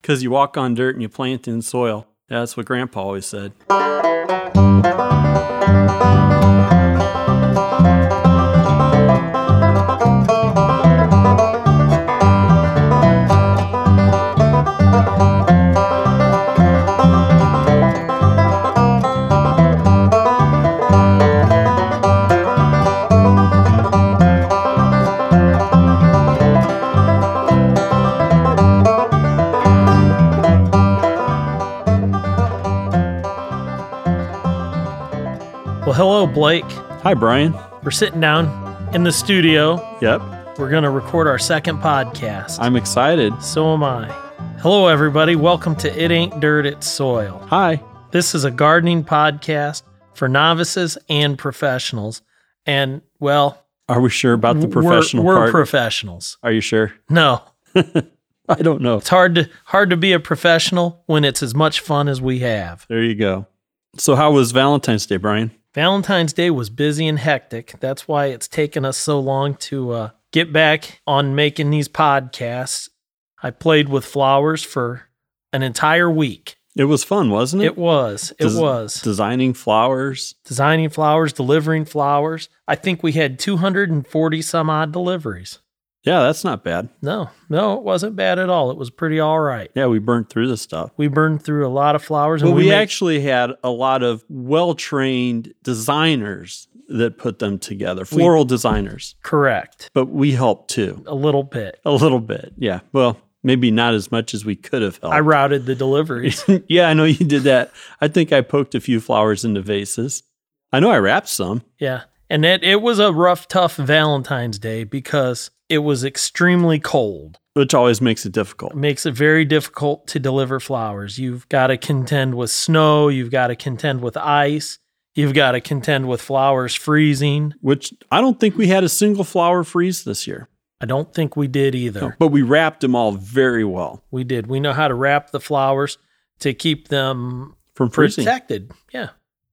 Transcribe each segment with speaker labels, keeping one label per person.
Speaker 1: because you walk on dirt and you plant in soil. That's what Grandpa always said.
Speaker 2: Well, hello, Blake.
Speaker 1: Hi, Brian.
Speaker 2: We're sitting down in the studio.
Speaker 1: Yep,
Speaker 2: We're going to record our second podcast.
Speaker 1: I'm excited.
Speaker 2: so am I. Hello, everybody. Welcome to It Ain't Dirt, It's Soil.
Speaker 1: Hi.
Speaker 2: This is a gardening podcast for novices and professionals. And, well,
Speaker 1: Are we sure about the
Speaker 2: we're-
Speaker 1: professional
Speaker 2: we're,
Speaker 1: part?
Speaker 2: professionals.
Speaker 1: Are you sure?
Speaker 2: No,
Speaker 1: I don't know.
Speaker 2: it's hard to hard to be a professional when it's as much fun as we have.
Speaker 1: There you go. So, how was Valentine's Day, Brian?
Speaker 2: Valentine's Day was busy and hectic. That's why it's taken us so long to uh, get back on making these podcasts. I played with flowers for an entire week.
Speaker 1: It was fun, wasn't it?
Speaker 2: It was. It
Speaker 1: Des-
Speaker 2: was.
Speaker 1: Designing flowers.
Speaker 2: Designing flowers, delivering flowers. I think we had 240 some odd deliveries.
Speaker 1: Yeah, that's not bad.
Speaker 2: No, no, it wasn't bad at all. It was pretty all right.
Speaker 1: Yeah, we burned through the stuff.
Speaker 2: We burned through a lot of flowers.
Speaker 1: Well,
Speaker 2: and
Speaker 1: we,
Speaker 2: made-
Speaker 1: actually had a lot of well trained designers that put them together, floral designers,
Speaker 2: Correct.
Speaker 1: but we helped too
Speaker 2: A little bit.
Speaker 1: a little bit. Yeah. Well, maybe not as much as we could have helped.
Speaker 2: I routed the deliveries.
Speaker 1: yeah, I know you did that. I think I poked a few flowers into vases. I know I wrapped some.
Speaker 2: Yeah. And it, it was a rough, tough Valentine's Day because it was extremely cold.
Speaker 1: which always makes it difficult.
Speaker 2: It makes it very difficult to deliver flowers. You've got to contend with snow, you've got to contend with ice, you've got to contend with flowers freezing.
Speaker 1: Which I don't think we had a single flower freeze this year,
Speaker 2: I don't think we did either.
Speaker 1: but we wrapped them all very well
Speaker 2: We did. We know how to wrap the flowers to keep them
Speaker 1: from freezing.
Speaker 2: protected. Yeah.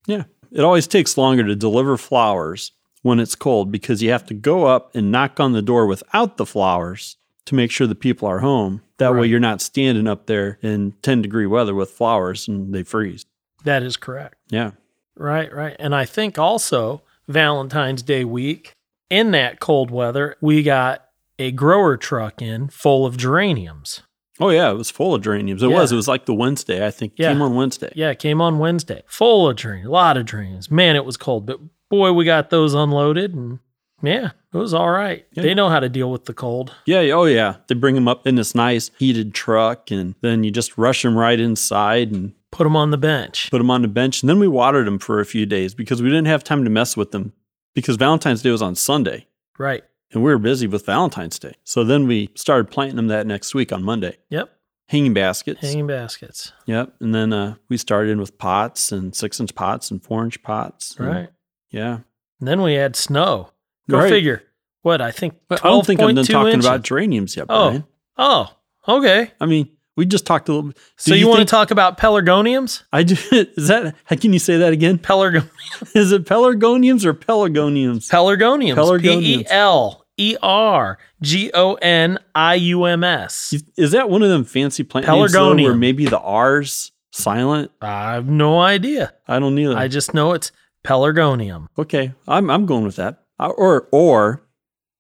Speaker 1: Yeah. It always takes longer to deliver flowers when it's cold because you have to go up and knock on the door without the flowers to make sure the people are home. That way
Speaker 2: Right.
Speaker 1: you're not standing up there in 10 degree weather with flowers and they freeze.
Speaker 2: That is correct.
Speaker 1: Yeah.
Speaker 2: Right, right. And I think also Valentine's Day week, in that cold weather, we got a grower truck in full of geraniums.
Speaker 1: Oh yeah, it was full of geraniums. It
Speaker 2: Yeah.
Speaker 1: was. It was like the Wednesday, I think.
Speaker 2: Yeah.
Speaker 1: Came on Wednesday.
Speaker 2: Yeah, it came on Wednesday. Full of geraniums, a lot of geraniums. Man, it was cold, but boy, we got those unloaded and yeah, it was all right.
Speaker 1: Yeah.
Speaker 2: They know how to deal with the cold.
Speaker 1: Yeah, oh yeah. They bring them up in this nice heated truck and then you just rush them right inside and
Speaker 2: Put them on the bench.
Speaker 1: put them on the bench. And then we watered them for a few days because we didn't have time to mess with them because Valentine's Day was on Sunday
Speaker 2: Right.
Speaker 1: and we were busy with Valentine's Day. So then we started planting them that next week on Monday.
Speaker 2: Yep.
Speaker 1: Hanging baskets.
Speaker 2: Hanging baskets.
Speaker 1: Yep. And then uh, we started in with pots and six inch pots and four inch pots. and-
Speaker 2: Right.
Speaker 1: Yeah.
Speaker 2: And then we had snow. Go
Speaker 1: Right.
Speaker 2: figure. What I think.
Speaker 1: But I don't think I'm done
Speaker 2: 12.2
Speaker 1: talking
Speaker 2: inches.
Speaker 1: about geraniums yet,
Speaker 2: Oh.
Speaker 1: Brian.
Speaker 2: Oh, okay.
Speaker 1: I mean, we just talked a little bit.
Speaker 2: So you, want
Speaker 1: think-
Speaker 2: to talk about pelargoniums?
Speaker 1: I do. Is that? How can you say that again?
Speaker 2: Pelargon-
Speaker 1: Is it pelargoniums or pelargoniums?
Speaker 2: pelargoniums. P
Speaker 1: Pelargoniums.
Speaker 2: E L E R G O N I U M S.
Speaker 1: Is that one of them fancy plant names though, where
Speaker 2: Pelargonium.
Speaker 1: maybe the R's silent?
Speaker 2: I have no idea.
Speaker 1: I don't either.
Speaker 2: I just know it's pelargonium.
Speaker 1: okay, I'm I'm going with that. Uh, Or or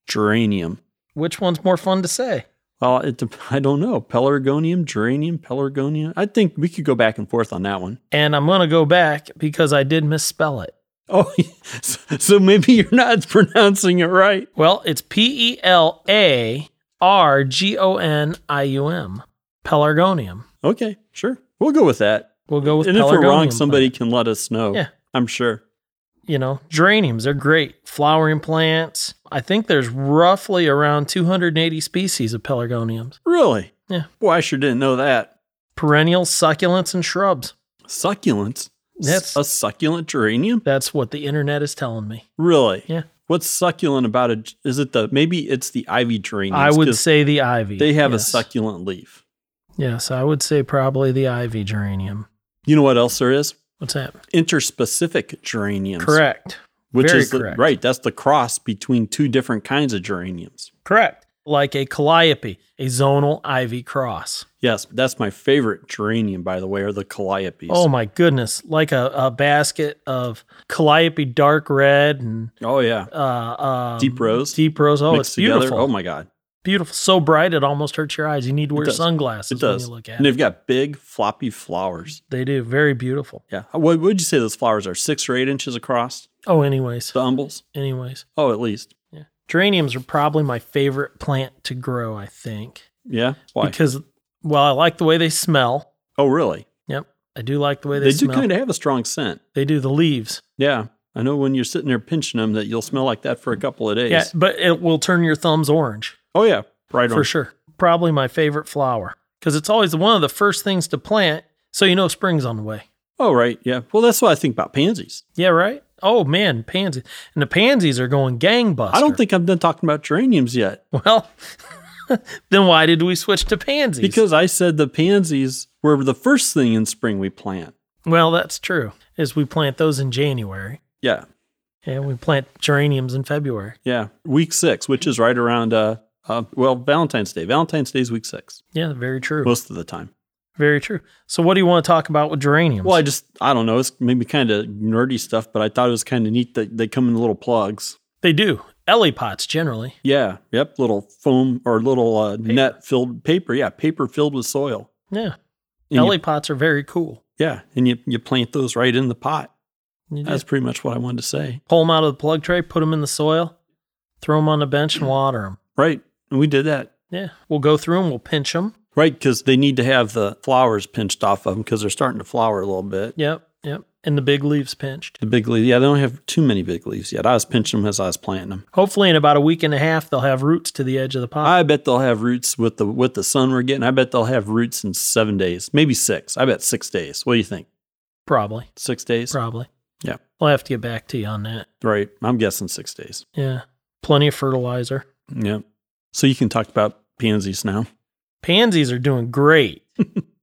Speaker 1: geranium.
Speaker 2: Which one's more fun to say?
Speaker 1: Well, it, dep- I don't know. Pelargonium, geranium, pelargonium. I think we could go back and forth on that one.
Speaker 2: And I'm going to go back because I did misspell it.
Speaker 1: Oh, so so maybe you're not pronouncing it right.
Speaker 2: Well, it's P E L A R G O N I U M. Pelargonium.
Speaker 1: Okay, sure. We'll go with that.
Speaker 2: We'll go with
Speaker 1: and if we're
Speaker 2: pelargonium,
Speaker 1: wrong,
Speaker 2: but,
Speaker 1: somebody can let us know.
Speaker 2: Yeah.
Speaker 1: I'm sure.
Speaker 2: you know, geraniums are great. Flowering plants. I think there's roughly around 280 species of pelargoniums.
Speaker 1: Really?
Speaker 2: Yeah.
Speaker 1: Boy, I sure didn't know that.
Speaker 2: perennials, succulents, and shrubs.
Speaker 1: Succulents? S-
Speaker 2: That's-
Speaker 1: a succulent geranium?
Speaker 2: That's what the internet is telling me.
Speaker 1: Really?
Speaker 2: Yeah.
Speaker 1: What's succulent about it? Is it the maybe it's the ivy geranium?
Speaker 2: I would say the ivy.
Speaker 1: they have a
Speaker 2: yes.
Speaker 1: succulent leaf.
Speaker 2: Yes, I would say probably the ivy geranium.
Speaker 1: You know what else there is?
Speaker 2: What's that?
Speaker 1: Interspecific geraniums.
Speaker 2: Correct.
Speaker 1: Which
Speaker 2: Very
Speaker 1: is the,
Speaker 2: correct.
Speaker 1: right. That's the cross between two different kinds of geraniums.
Speaker 2: Correct. like a calliope, a zonal ivy cross.
Speaker 1: Yes, that's my favorite geranium, by the way, are the calliopes.
Speaker 2: Oh my goodness, like a, a basket of calliope dark red and
Speaker 1: Oh, yeah.
Speaker 2: uh, um,
Speaker 1: Deep rose
Speaker 2: Deep rose. Oh,
Speaker 1: mixed
Speaker 2: it's
Speaker 1: together.
Speaker 2: beautiful.
Speaker 1: Oh, my God.
Speaker 2: beautiful. So bright it almost hurts your eyes. You need to wear
Speaker 1: does.
Speaker 2: sunglasses
Speaker 1: It does.
Speaker 2: when you look at
Speaker 1: And
Speaker 2: it.
Speaker 1: they've got big, floppy flowers.
Speaker 2: They do. Very beautiful.
Speaker 1: Yeah. Uh, What would you say those flowers are? Six or eight inches across?
Speaker 2: Oh, anyways.
Speaker 1: The umbels?
Speaker 2: Anyways.
Speaker 1: Oh, at least.
Speaker 2: Geraniums are probably my favorite plant to grow, I think.
Speaker 1: Yeah. Why?
Speaker 2: Because well, I like the way they smell.
Speaker 1: oh, really?
Speaker 2: Yep. I do like the way they,
Speaker 1: They, do
Speaker 2: smell.
Speaker 1: kind of have a strong scent.
Speaker 2: they do the leaves.
Speaker 1: Yeah. I know when you're sitting there pinching them that you'll smell like that for a couple of days.
Speaker 2: Yeah, but it will turn your thumbs orange
Speaker 1: Oh, yeah. Right on.
Speaker 2: for sure. Probably my favorite flower because it's always one of the first things to plant, so you know spring's on the way.
Speaker 1: Oh, right. Yeah. Well, that's what I think about pansies.
Speaker 2: Yeah, right. Oh man, pansies and the pansies are going gangbusters.
Speaker 1: I don't think I'm done talking about geraniums yet
Speaker 2: Well, then why did we switch to pansies?
Speaker 1: because I said the pansies were the first thing in spring we plant.
Speaker 2: well, that's true. Is we plant those in January
Speaker 1: Yeah.
Speaker 2: and we plant geraniums in February.
Speaker 1: Yeah. Week six, which is right around, uh, uh, well, Valentine's Day. Valentine's Day is week six
Speaker 2: Yeah, very true.
Speaker 1: most of the time.
Speaker 2: Very true. So, what do you want to talk about with geraniums?
Speaker 1: Well, I just, I don't know. It's maybe kind of nerdy stuff, but I thought it was kind of neat that they come in little plugs.
Speaker 2: they do ellie pots generally.
Speaker 1: Yeah. Yep. Little foam or little uh, net filled paper. Yeah. Paper filled with soil.
Speaker 2: Yeah,
Speaker 1: And
Speaker 2: ellie
Speaker 1: you,
Speaker 2: pots are very cool.
Speaker 1: yeah. And you, you plant those right in the pot.
Speaker 2: You
Speaker 1: That's
Speaker 2: just
Speaker 1: pretty much what I wanted to say.
Speaker 2: pull them out of the plug tray, put them in the soil, throw them on the bench, and water them.
Speaker 1: Right. And we did that.
Speaker 2: Yeah, we'll go through them. We'll pinch them.
Speaker 1: Right. Because they need to have the flowers pinched off of them because they're starting to flower a little bit.
Speaker 2: Yep, yep. And the big leaves pinched.
Speaker 1: The big leaves. Yeah. They don't have too many big leaves yet. I was pinching them as I was planting them.
Speaker 2: Hopefully, in about a week and a half, they'll have roots to the edge of the pot.
Speaker 1: I bet they'll have roots with the with the sun we're getting. I bet they'll have roots in seven days, maybe six. I bet six days. What do you think?
Speaker 2: probably,
Speaker 1: Six days?
Speaker 2: probably.
Speaker 1: Yeah.
Speaker 2: We'll have to get back to you on that.
Speaker 1: Right. I'm guessing six days.
Speaker 2: Yeah, plenty of fertilizer.
Speaker 1: Yeah. So you can talk about pansies now.
Speaker 2: Pansies are doing great.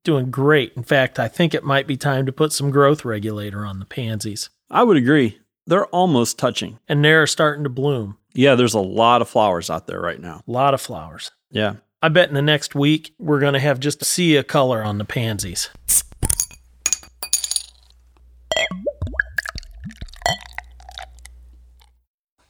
Speaker 2: doing great. In fact, I think it might be time to put some growth regulator on the pansies.
Speaker 1: I would agree. They're almost touching.
Speaker 2: And they're starting to bloom.
Speaker 1: Yeah, there's a lot of flowers out there right now.
Speaker 2: A lot of flowers.
Speaker 1: Yeah.
Speaker 2: I bet in the next week we're going to have just a sea of color on the pansies.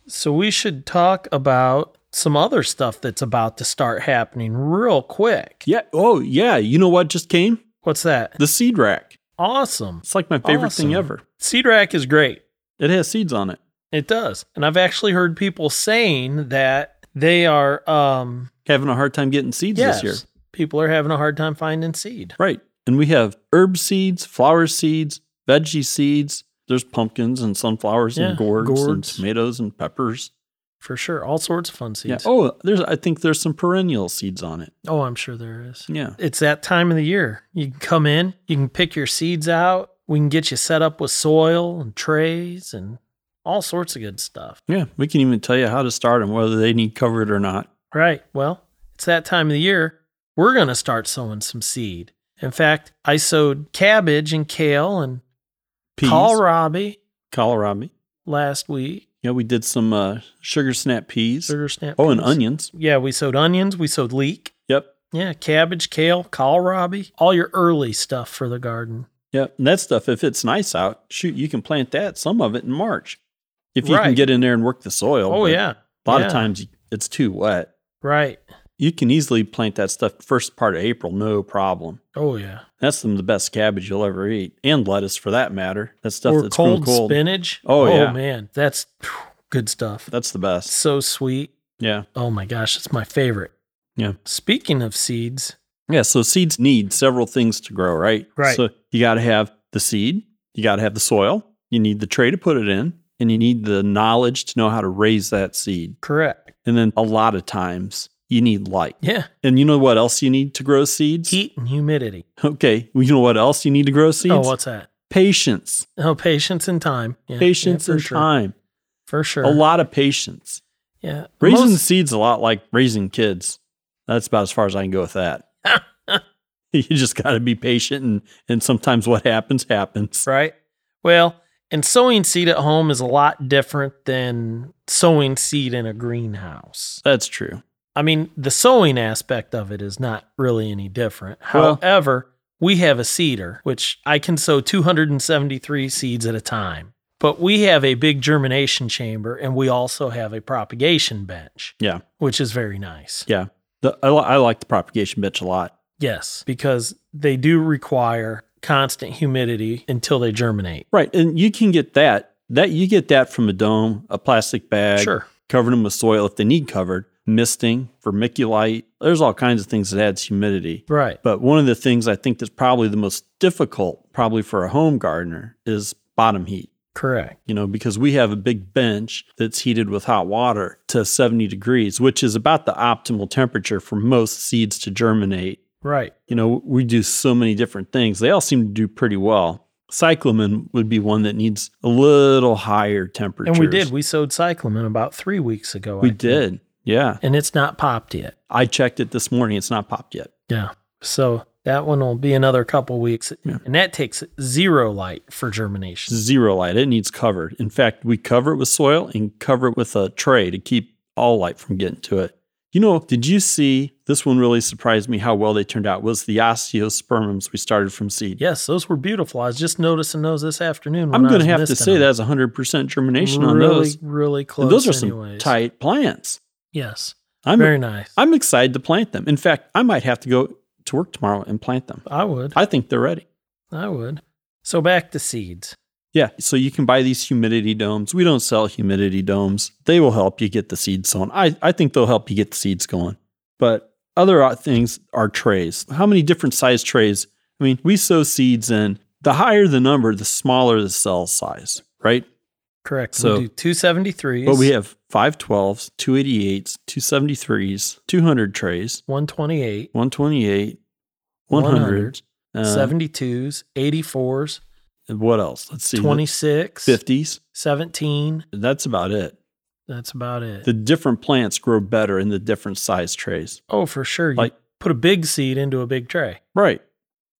Speaker 2: So we should talk about some other stuff that's about to start happening real quick.
Speaker 1: Yeah. Oh, yeah. You know what just came?
Speaker 2: What's that?
Speaker 1: The seed rack.
Speaker 2: Awesome.
Speaker 1: It's like my favorite
Speaker 2: Awesome.
Speaker 1: thing ever.
Speaker 2: Seed rack is great.
Speaker 1: It has seeds on it.
Speaker 2: It does. And I've actually heard people saying that they are um
Speaker 1: Having a hard time getting seeds
Speaker 2: yes,
Speaker 1: this year.
Speaker 2: people are having a hard time finding seed.
Speaker 1: Right. And we have herb seeds, flower seeds, veggie seeds. There's pumpkins and sunflowers
Speaker 2: Yeah,
Speaker 1: and gourds, and
Speaker 2: gourds.
Speaker 1: tomatoes and peppers.
Speaker 2: For sure. All sorts of fun
Speaker 1: Yeah.
Speaker 2: seeds. Oh.
Speaker 1: Oh, there's I think there's some perennial seeds on it.
Speaker 2: I'm sure there is.
Speaker 1: Yeah.
Speaker 2: It's that time of the year. You can come in, you can pick your seeds out. We can get you set up with soil and trays and all sorts of good stuff.
Speaker 1: Yeah. We can even tell you how to start them, whether they need covered or not.
Speaker 2: Right. Well, it's that time of the year. We're going to start sowing some seed. In fact, I sowed cabbage and kale and
Speaker 1: Peas,
Speaker 2: kohlrabi
Speaker 1: kohlrabi.
Speaker 2: last week.
Speaker 1: Yeah, we did some uh, sugar snap peas.
Speaker 2: Sugar snap.
Speaker 1: oh, and
Speaker 2: peas.
Speaker 1: onions.
Speaker 2: Yeah, we sowed onions. We sowed leek.
Speaker 1: Yep.
Speaker 2: Yeah, cabbage, kale, kohlrabi, all your early stuff for the garden.
Speaker 1: Yep. And that stuff, if it's nice out, shoot, you can plant that, some of it in March. If you can
Speaker 2: Right.
Speaker 1: get in there and work the soil.
Speaker 2: Oh
Speaker 1: but
Speaker 2: yeah,
Speaker 1: A lot
Speaker 2: Yeah.
Speaker 1: of times it's too wet.
Speaker 2: right.
Speaker 1: you can easily plant that stuff first part of April, no problem.
Speaker 2: Oh yeah,
Speaker 1: That's some of the best cabbage you'll ever eat, and lettuce for that matter. That stuff
Speaker 2: or
Speaker 1: that's cold,
Speaker 2: cold,
Speaker 1: cold.
Speaker 2: spinach.
Speaker 1: Oh, yeah.
Speaker 2: man, that's phew, good stuff.
Speaker 1: That's the best.
Speaker 2: So sweet.
Speaker 1: Yeah,
Speaker 2: Oh my gosh, it's my favorite.
Speaker 1: yeah,
Speaker 2: Speaking of seeds,
Speaker 1: yeah. So seeds need several things to grow, right?
Speaker 2: Right.
Speaker 1: So you got to have the seed, you got to have the soil, you need the tray to put it in, and you need the knowledge to know how to raise that seed.
Speaker 2: correct.
Speaker 1: And then a lot of times you need light.
Speaker 2: Yeah,
Speaker 1: And you know what else you need to grow seeds?
Speaker 2: heat and humidity.
Speaker 1: Okay. Well, you know what else you need to grow seeds?
Speaker 2: Oh, what's that?
Speaker 1: Patience.
Speaker 2: Oh, patience and time. Yeah, yeah,
Speaker 1: Patience
Speaker 2: for
Speaker 1: and
Speaker 2: sure.
Speaker 1: time.
Speaker 2: for sure.
Speaker 1: a lot of patience.
Speaker 2: Yeah,
Speaker 1: Raising
Speaker 2: Most-
Speaker 1: seeds a lot like raising kids. That's about as far as I can go with that. you just got to be patient, and and sometimes what happens happens.
Speaker 2: right? Well, and sowing seed at home is a lot different than sowing seed in a greenhouse.
Speaker 1: That's true.
Speaker 2: I mean, the sewing aspect of it is not really any different.
Speaker 1: Well-
Speaker 2: However, we have a cedar, which I can sow 273 seeds at a time. But we have a big germination chamber and we also have a propagation bench.
Speaker 1: Yeah.
Speaker 2: Which is very nice.
Speaker 1: Yeah. The, I, li- I like the propagation bench a lot.
Speaker 2: Yes, because they do require constant humidity until they germinate.
Speaker 1: Right. And you can get that. That you get that from a dome, a plastic bag,
Speaker 2: Sure.
Speaker 1: covering them with soil if they need covered, misting, vermiculite. There's all kinds of things that adds humidity.
Speaker 2: Right.
Speaker 1: But one of the things I think that's probably the most difficult, probably for a home gardener, is bottom heat.
Speaker 2: Correct.
Speaker 1: You know, because we have a big bench that's heated with hot water to 70 degrees, which is about the optimal temperature for most seeds to germinate
Speaker 2: Right.
Speaker 1: you know, we do so many different things. They all seem to do pretty well. Cyclamen would be one that needs a little higher temperature.
Speaker 2: And we did. We sowed cyclamen about three weeks ago. I
Speaker 1: We
Speaker 2: think.
Speaker 1: did. Yeah.
Speaker 2: And it's not popped yet.
Speaker 1: I checked it this morning. It's not popped yet.
Speaker 2: Yeah. So that one will be another couple weeks.
Speaker 1: Yeah.
Speaker 2: And that takes zero light for germination.
Speaker 1: Zero light. It needs covered. In fact, we cover it with soil and cover it with a tray to keep all light from getting to it. You know, did you see this one really surprised me how well they turned out was the osteospermums we started from seed.
Speaker 2: Yes, those were beautiful. I was just noticing those this afternoon.
Speaker 1: I'm
Speaker 2: when I
Speaker 1: going
Speaker 2: was
Speaker 1: to have to
Speaker 2: misting
Speaker 1: say
Speaker 2: them.
Speaker 1: that's 100% germination on
Speaker 2: really,
Speaker 1: those.
Speaker 2: really
Speaker 1: And
Speaker 2: close.
Speaker 1: those are some
Speaker 2: anyways.
Speaker 1: tight plants.
Speaker 2: Yes,
Speaker 1: I'm
Speaker 2: very nice. i
Speaker 1: I'm excited to plant them. In fact, I might have to go to work tomorrow and plant them.
Speaker 2: would,
Speaker 1: I think they're ready.
Speaker 2: I would. So back to seeds.
Speaker 1: Yeah, so you can buy these humidity domes. We don't sell humidity domes. They will help you get the seeds sown. I, I think they'll help you get the seeds going. But other o- things are trays. How many different size trays? I mean, we sow seeds in. The higher the number, the smaller the cell size, right?
Speaker 2: Correct.
Speaker 1: So-
Speaker 2: we do two seventy threes.
Speaker 1: But we have 512s, 288s, 273s, 200 trays,
Speaker 2: one twenty eight,
Speaker 1: 128,
Speaker 2: 100,
Speaker 1: 100, uh,
Speaker 2: seventy twos, eighty fours,
Speaker 1: And what else? Let's see.
Speaker 2: twenty six,
Speaker 1: 50s.
Speaker 2: seventeen.
Speaker 1: That's about it.
Speaker 2: That's about it.
Speaker 1: The different plants grow better in the different size trays.
Speaker 2: oh, for sure. You
Speaker 1: Like-
Speaker 2: put a big seed into a big tray.
Speaker 1: Right.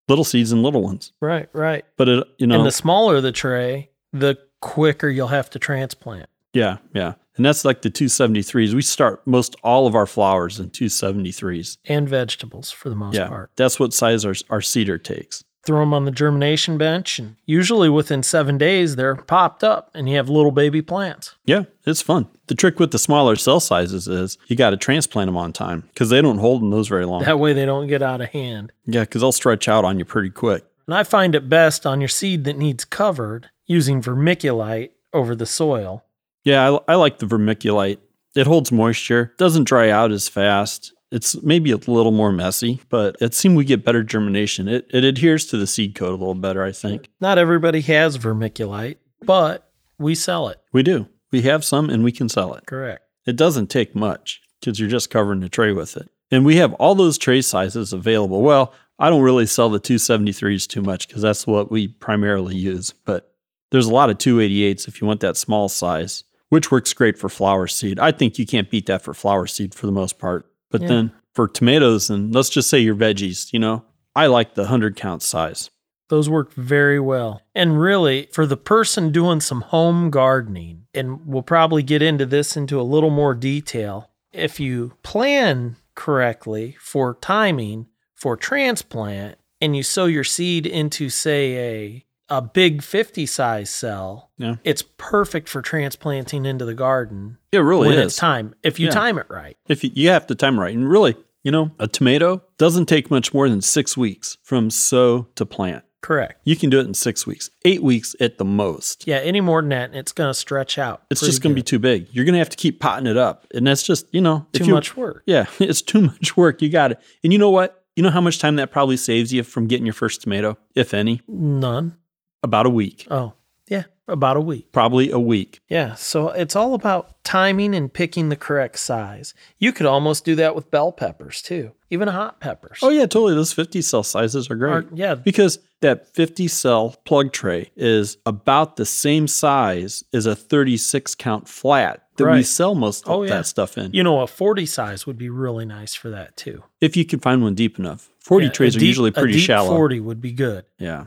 Speaker 1: Little seeds and little ones.
Speaker 2: Right, right.
Speaker 1: But it, you know,
Speaker 2: And the smaller the tray, the quicker you'll have to transplant.
Speaker 1: yeah, yeah. And that's like the 273s. We start most all of our flowers in 273s.
Speaker 2: And vegetables for the most
Speaker 1: yeah.
Speaker 2: part.
Speaker 1: That's what size our, our cedar takes.
Speaker 2: Throw them on the germination bench, and usually within seven days, they're popped up and you have little baby plants.
Speaker 1: Yeah, it's fun. The trick with the smaller cell sizes is you got to transplant them on time because they don't hold in those very long. Yeah,
Speaker 2: That way, they don't get out of hand.
Speaker 1: yeah, because they'll stretch out on you pretty quick.
Speaker 2: And I find it best on your seed that needs covered using vermiculite over the soil.
Speaker 1: Yeah, I, I like the vermiculite. It holds moisture, doesn't dry out as fast. It's maybe a little more messy, but it seemed we get better germination. It, it adheres to the seed coat a little better, I think.
Speaker 2: Not everybody has vermiculite, but we sell it.
Speaker 1: We do. We have some and we can sell it.
Speaker 2: Correct.
Speaker 1: It doesn't take much because you're just covering the tray with it. And we have all those tray sizes available. Well, I don't really sell the 273s too much because that's what we primarily use, but there's a lot of 288s if you want that small size, which works great for flower seed. I think you can't beat that for flower seed for the most part. But
Speaker 2: Yeah.
Speaker 1: then for tomatoes and let's just say your veggies, you know, I like the 100 count size.
Speaker 2: Those work very well. And really, for the person doing some home gardening, and we'll probably get into this into a little more detail, if you plan correctly for timing for transplant and you sow your seed into say a a big 50 size cell,
Speaker 1: Yeah.
Speaker 2: it's perfect for transplanting into the garden
Speaker 1: Oh, It really
Speaker 2: when
Speaker 1: is.
Speaker 2: it's time if you
Speaker 1: Yeah.
Speaker 2: time it right.
Speaker 1: if you, you have to time right and really you know a tomato doesn't take much more than six weeks from sow to plant
Speaker 2: Correct.
Speaker 1: you can do it in six weeks eight weeks at the most
Speaker 2: Yeah, any more than that, and it's going to stretch out.
Speaker 1: it's just going to be too big you're going to have to keep potting it up and that's just you know if
Speaker 2: too
Speaker 1: you-
Speaker 2: much work.
Speaker 1: yeah it's too much work you got it and you know what you know how much time that probably saves you from getting your first tomato if any
Speaker 2: None.
Speaker 1: about a week
Speaker 2: Oh, yeah, about a week.
Speaker 1: probably a week
Speaker 2: Yeah, so it's all about timing and picking the correct size. You could almost do that with bell peppers too, even hot peppers.
Speaker 1: oh yeah totally those 50 cell sizes are great
Speaker 2: Or- yeah,
Speaker 1: Because that 50 cell plug tray is about the same size as a 36 count flat that we
Speaker 2: Right.
Speaker 1: sell most of
Speaker 2: Oh, yeah.
Speaker 1: that stuff in.
Speaker 2: you know, a 40 size would be really nice for that too.
Speaker 1: if you can find one deep enough, 40
Speaker 2: Yeah, a
Speaker 1: trays are
Speaker 2: deep-
Speaker 1: usually
Speaker 2: a
Speaker 1: pretty
Speaker 2: deep
Speaker 1: shallow.
Speaker 2: 40 would be good.
Speaker 1: Yeah.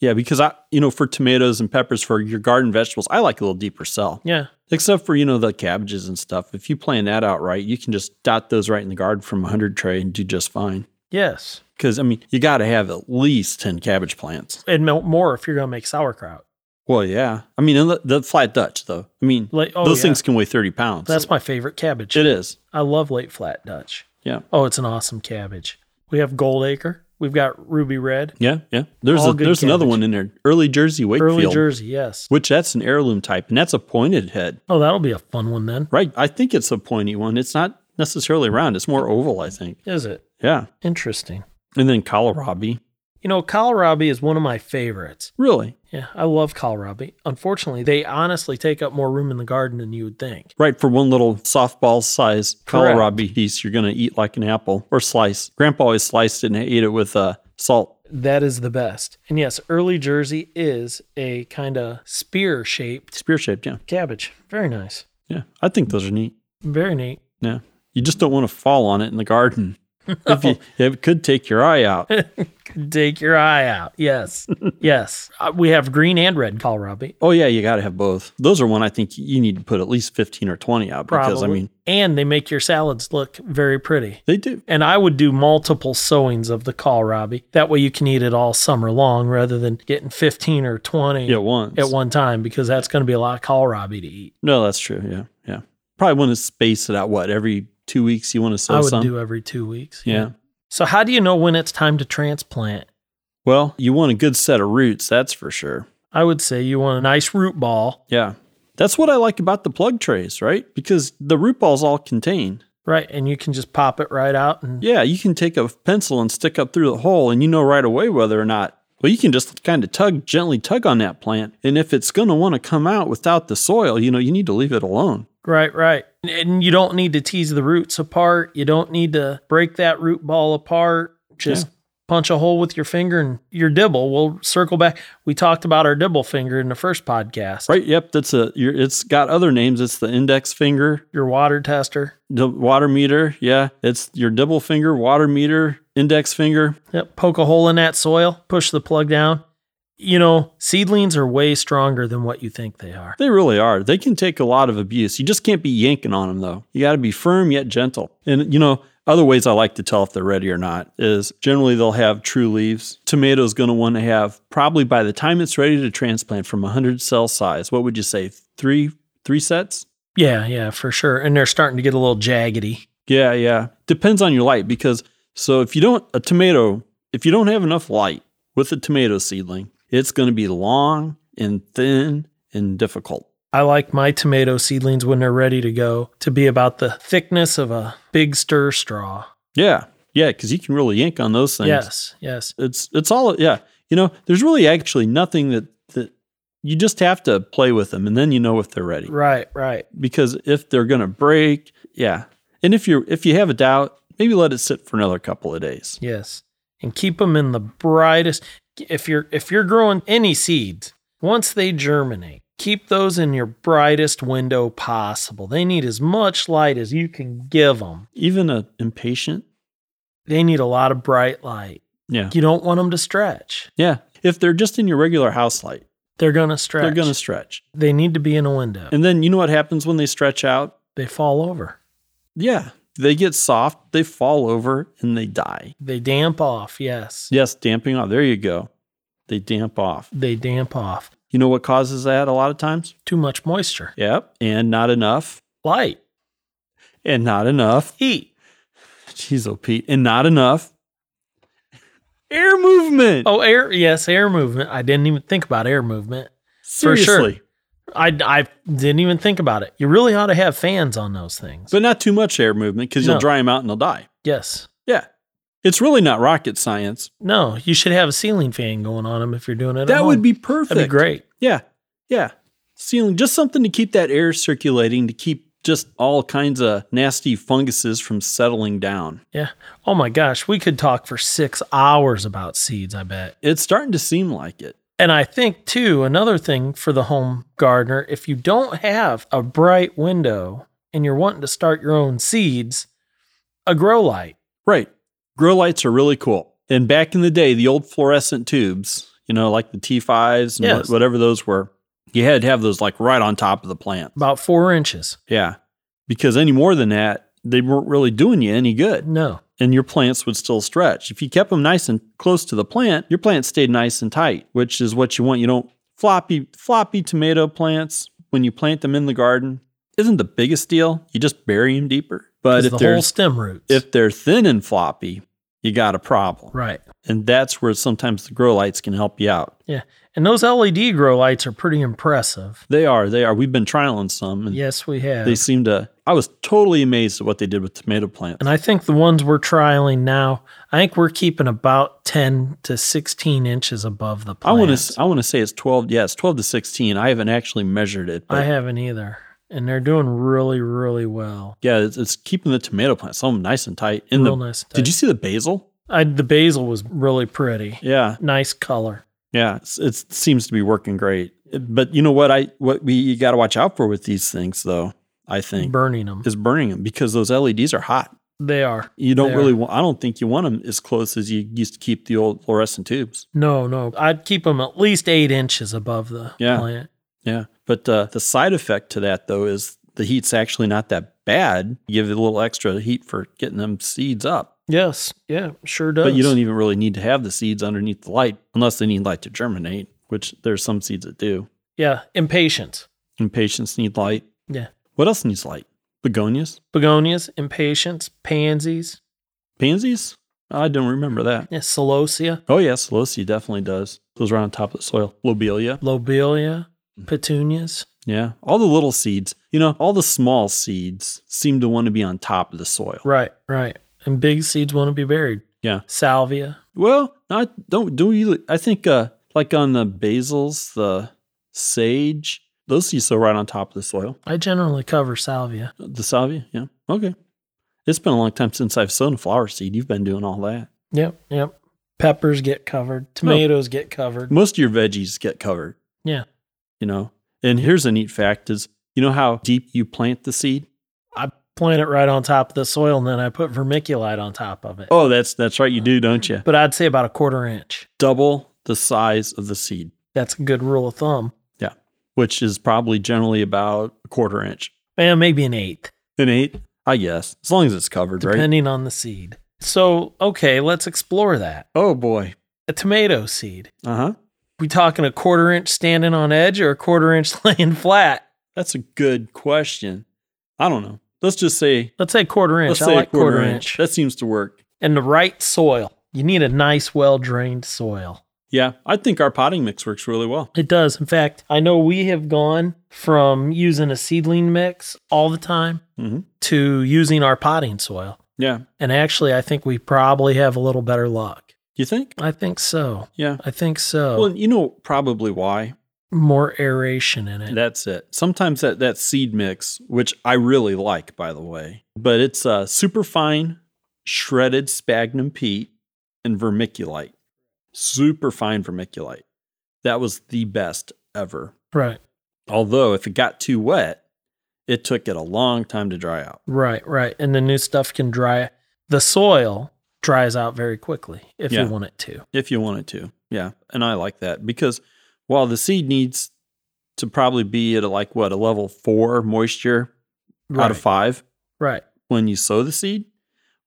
Speaker 1: Yeah, because I, you know, for tomatoes and peppers for your garden vegetables, I like a little deeper cell.
Speaker 2: Yeah.
Speaker 1: Except for, you know, the cabbages and stuff. If you plan that out right, you can just dot those right in the garden from a 100 tray and do just fine.
Speaker 2: Yes.
Speaker 1: Because, I mean, you got to have at least 10 cabbage plants.
Speaker 2: And mo- more if you're going to make sauerkraut.
Speaker 1: Well, yeah. I mean, and the, the flat Dutch, though. I mean,
Speaker 2: Like, oh,
Speaker 1: those
Speaker 2: yeah.
Speaker 1: things can weigh 30 pounds.
Speaker 2: That's my favorite cabbage.
Speaker 1: it is.
Speaker 2: I love late flat Dutch.
Speaker 1: Yeah.
Speaker 2: Oh, it's an awesome cabbage. We have Goldacre. We've got Ruby Red.
Speaker 1: Yeah. Yeah. There's,
Speaker 2: All
Speaker 1: a,
Speaker 2: good
Speaker 1: there's another
Speaker 2: cabbage.
Speaker 1: one in there. Early Jersey Wakefield,
Speaker 2: Early Jersey, yes.
Speaker 1: which that's an heirloom type, and that's a pointed head.
Speaker 2: Oh, that'll be a fun one then.
Speaker 1: Right. I think it's a pointy one. It's not necessarily round. It's more oval, I think.
Speaker 2: Is it?
Speaker 1: Yeah.
Speaker 2: Interesting.
Speaker 1: And then kohlrabi.
Speaker 2: You know, kohlrabi is one of my favorites.
Speaker 1: Really?
Speaker 2: Yeah, I love kohlrabi. Unfortunately, they honestly take up more room in the garden than you would think.
Speaker 1: Right. For one little softball size
Speaker 2: Correct.
Speaker 1: kohlrabi piece, you're going to eat like an apple or slice. Grandpa always sliced it and ate it with uh, salt.
Speaker 2: That is the best. And yes, early Jersey is a kind of spear shaped
Speaker 1: Spear shaped. Yeah.
Speaker 2: cabbage. Very nice.
Speaker 1: Yeah. I think those are neat.
Speaker 2: Very neat.
Speaker 1: Yeah. You just don't want to fall on it in the garden. If you, it could take your eye out.
Speaker 2: Take your eye out. Yes. yes. Uh, we have green and red kohlrabi.
Speaker 1: Oh, yeah. You got to have both. Those are one I think you need to put at least 15 or 20 out
Speaker 2: Probably.
Speaker 1: because, I mean,
Speaker 2: and they make your salads look very pretty.
Speaker 1: they do.
Speaker 2: And I would do multiple sowings of the kohlrabi. That way you can eat it all summer long rather than getting 15 or 20
Speaker 1: At once.
Speaker 2: at one time because that's going to be a lot of kohlrabi to eat.
Speaker 1: No, that's true. Yeah. Yeah. Probably want to space it out. What? Every two weeks you want to sow
Speaker 2: I would
Speaker 1: some?
Speaker 2: do every two weeks.
Speaker 1: yeah.
Speaker 2: So, how do you know when it's time to transplant?
Speaker 1: Well, you want a good set of roots, that's for sure.
Speaker 2: I would say you want a nice root ball,
Speaker 1: Yeah. That's what I like about the plug trays, right? Because the root balls all contain.
Speaker 2: right? And you can just pop it right out and
Speaker 1: Yeah, you can take a pencil and stick up through the hole and you know right away whether or not well, you can just kind of tug, gently tug on that plant. And if it's going to want to come out without the soil, you know, you need to leave it alone.
Speaker 2: Right, right. And you don't need to tease the roots apart. You don't need to break that root ball apart. Just punch a hole with your finger and your dibble. We'll circle back. We talked about our dibble finger in the first podcast.
Speaker 1: Right? Yep. That's a, you're, it's got other names. It's the index finger,
Speaker 2: Your water tester.
Speaker 1: the water meter. Yeah, it's your double finger, water meter, index finger.
Speaker 2: Yep. Poke a hole in that soil, push the plug down. You know, seedlings are way stronger than what you think they are.
Speaker 1: They really are. They can take a lot of abuse. You just can't be yanking on them though. You got to be firm yet gentle. And you know, other ways I like to tell if they're ready or not is generally they'll have true leaves. Tomato's going to want to have probably by the time it's ready to transplant from 100 cell size. What would you say? 3 3 sets?
Speaker 2: Yeah, yeah, for sure. And they're starting to get a little jaggedy.
Speaker 1: Yeah, yeah. Depends on your light because so if you don't a tomato, if you don't have enough light with a tomato seedling, it's going to be long and thin and difficult.
Speaker 2: I like my tomato seedlings when they're ready to go to be about the thickness of a big stir straw.
Speaker 1: Yeah. Yeah, cuz you can really yank on those things.
Speaker 2: Yes, yes.
Speaker 1: It's it's all yeah. You know, there's really actually nothing that that you just have to play with them and then you know if they're ready.
Speaker 2: Right, right.
Speaker 1: Because if they're going to break, yeah. And if you're if you have a doubt, maybe let it sit for another couple of days.
Speaker 2: Yes. And keep them in the brightest if you're if you're growing any seeds, once they germinate, keep those in your brightest window possible. They need as much light as you can give them.
Speaker 1: Even a impatient,
Speaker 2: They need a lot of bright light.
Speaker 1: yeah.
Speaker 2: You don't want them to stretch.
Speaker 1: Yeah. If they're just in your regular house light,
Speaker 2: They're going to stretch.
Speaker 1: they're going to stretch.
Speaker 2: They need to be in a window.
Speaker 1: And then you know what happens when they stretch out?
Speaker 2: they fall over.
Speaker 1: Yeah. They get soft, they fall over, and they die.
Speaker 2: They damp off. Yes.
Speaker 1: Yes, damping off. There you go. They damp off.
Speaker 2: They damp off.
Speaker 1: You know what causes that a lot of times?
Speaker 2: Too much moisture.
Speaker 1: Yep. And not enough.
Speaker 2: Light.
Speaker 1: And not enough.
Speaker 2: Heat.
Speaker 1: Jeez, oh, Pete. And not enough. Air movement.
Speaker 2: Oh, air. Yes, air movement. I didn't even think about air movement. for
Speaker 1: Seriously.
Speaker 2: sure. I, I didn't even think about it. You really ought to have fans on those things.
Speaker 1: But not too much air movement because you'll
Speaker 2: No.
Speaker 1: dry them out and they'll die.
Speaker 2: yes.
Speaker 1: Yeah. It's really not rocket science.
Speaker 2: No, you should have a ceiling fan going on them if you're doing it. at
Speaker 1: That would
Speaker 2: home.
Speaker 1: be perfect.
Speaker 2: that'd be great.
Speaker 1: Yeah. Yeah. Ceiling, just something to keep that air circulating, to keep just all kinds of nasty funguses from settling down.
Speaker 2: Yeah. Oh my gosh, we could talk for six hours about seeds. I bet.
Speaker 1: It's starting to seem like it.
Speaker 2: And I think too another thing for the home gardener, if you don't have a bright window and you're wanting to start your own seeds, a grow light.
Speaker 1: Right. Grow lights are really cool. And back in the day, the old fluorescent tubes, you know, like the T5s and
Speaker 2: Yes.
Speaker 1: wha- whatever those were. You had to have those like right on top of the plant.
Speaker 2: about four inches.
Speaker 1: Yeah. Because any more than that, they weren't really doing you any good
Speaker 2: No.
Speaker 1: and your plants would still stretch. If you kept them nice and close to the plant, your plant stayed nice and tight, which is what you want. You don't floppy floppy tomato plants when you plant them in the garden isn't the biggest deal. You just bury them deeper. But
Speaker 2: 'Cause
Speaker 1: if
Speaker 2: the
Speaker 1: they're
Speaker 2: whole stem roots.
Speaker 1: if they're thin and floppy, you got a problem.
Speaker 2: right.
Speaker 1: And that's where sometimes the grow lights can help you out.
Speaker 2: Yeah. And those LED grow lights are pretty impressive.
Speaker 1: They are, they are. We've been trialing some and
Speaker 2: Yes, we have.
Speaker 1: they seem to I was totally amazed at what they did with tomato plants.
Speaker 2: and I think the ones we're trialing now, I think we're keeping about 10 to 16 inches above the
Speaker 1: I
Speaker 2: plant.
Speaker 1: want to I want to say it's 12 yeah, it's 12 to 16. I haven't actually measured it, but
Speaker 2: I haven't either. And they're doing really, really well.
Speaker 1: Yeah, it's, it's keeping the tomato plants some nice and tight. In
Speaker 2: Real
Speaker 1: the
Speaker 2: nice.
Speaker 1: did you see the basil?
Speaker 2: I, the basil was really pretty.
Speaker 1: Yeah,
Speaker 2: Nice color.
Speaker 1: yeah, it's, it's, it seems to be working great. But you know what? I what we you got to watch out for with these things though. I think
Speaker 2: Burning them.
Speaker 1: is burning them because those LEDs are hot.
Speaker 2: They are.
Speaker 1: You don't
Speaker 2: They
Speaker 1: really want. I don't think you want them as close as you used to keep the old fluorescent tubes.
Speaker 2: No, no. I'd keep them at least eight inches above the
Speaker 1: Yeah.
Speaker 2: plant.
Speaker 1: Yeah, but uh, the side effect to that though is the heat's actually not that bad. You give it a little extra heat for getting them seeds up,
Speaker 2: Yes. Yeah. Sure does.
Speaker 1: but you don't even really need to have the seeds underneath the light unless they need light to germinate, which there's some seeds that do.
Speaker 2: Yeah. Impatience.
Speaker 1: and patients need light.
Speaker 2: Yeah.
Speaker 1: What else needs light? Begonias?
Speaker 2: Begonias, impatience, pansies,
Speaker 1: Pansies? I don't remember that.
Speaker 2: yeah, celosia,
Speaker 1: Oh, yeah, celosia definitely does. Those are on top of the soil. Lobelia?
Speaker 2: lobelia,
Speaker 1: Mm.
Speaker 2: petunias.
Speaker 1: Yeah. All the little seeds. You know, all the small seeds seem to want to be on top of the soil.
Speaker 2: Right. Right. And big seeds want to be buried.
Speaker 1: Yeah.
Speaker 2: Salvia.
Speaker 1: Well, I don't do you. I think, uh, like on the basils, the sage, those seeds are right on top of the soil.
Speaker 2: I generally cover salvia.
Speaker 1: The salvia? Yeah. Okay. It's been a long time since I've sown a flower seed. You've been doing all that.
Speaker 2: Yep. Yep. Peppers get covered. Tomatoes get covered.
Speaker 1: Most of your veggies get covered.
Speaker 2: Yeah.
Speaker 1: you know and here's a neat fact is you know how deep you plant the seed
Speaker 2: I plant it right on top of the soil and then I put vermiculite on top of it.
Speaker 1: oh that's that's right you do don't you
Speaker 2: But I'd say about a quarter inch.
Speaker 1: double the size of the seed
Speaker 2: That's a good rule of thumb.
Speaker 1: which is probably generally about a quarter inch
Speaker 2: Man, maybe an eighth,
Speaker 1: an eight i guess as long as it's covered right
Speaker 2: depending on the seed. So, okay, let's explore that.
Speaker 1: oh boy
Speaker 2: A tomato seed.
Speaker 1: uh-huh
Speaker 2: We talking a quarter inch standing on edge or a quarter inch laying flat?
Speaker 1: that's a good question i don't know let's just say
Speaker 2: Let's say quarter inch.
Speaker 1: let's
Speaker 2: I
Speaker 1: say
Speaker 2: like
Speaker 1: a quarter, inch. that seems to work
Speaker 2: And the right soil. You need a nice, well drained soil.
Speaker 1: yeah i think our potting mix works really well
Speaker 2: It does. In fact, I know we have gone from using a seedling mix all the time
Speaker 1: Mhm.
Speaker 2: to using our potting soil.
Speaker 1: yeah
Speaker 2: And actually, I think we probably have a little better luck.
Speaker 1: you think
Speaker 2: I think so.
Speaker 1: yeah
Speaker 2: I think so.
Speaker 1: well you know probably why
Speaker 2: More aeration in it.
Speaker 1: That's it. Sometimes that, that seed mix, which I really like, by the way, but it's uh, superfine shredded sphagnum peat and vermiculite. Superfine vermiculite. That was the best ever.
Speaker 2: right,
Speaker 1: Although, if it got too wet, it took it a long time to dry out.
Speaker 2: right, right. And the new stuff can dry. The soil dries out very quickly if
Speaker 1: Yeah.
Speaker 2: you want it to.
Speaker 1: if you wanted to. Yeah. And I like that because while the seed needs to probably be at a, like what, a level four moisture
Speaker 2: Right,
Speaker 1: out of five,
Speaker 2: right,
Speaker 1: when you sow the seed,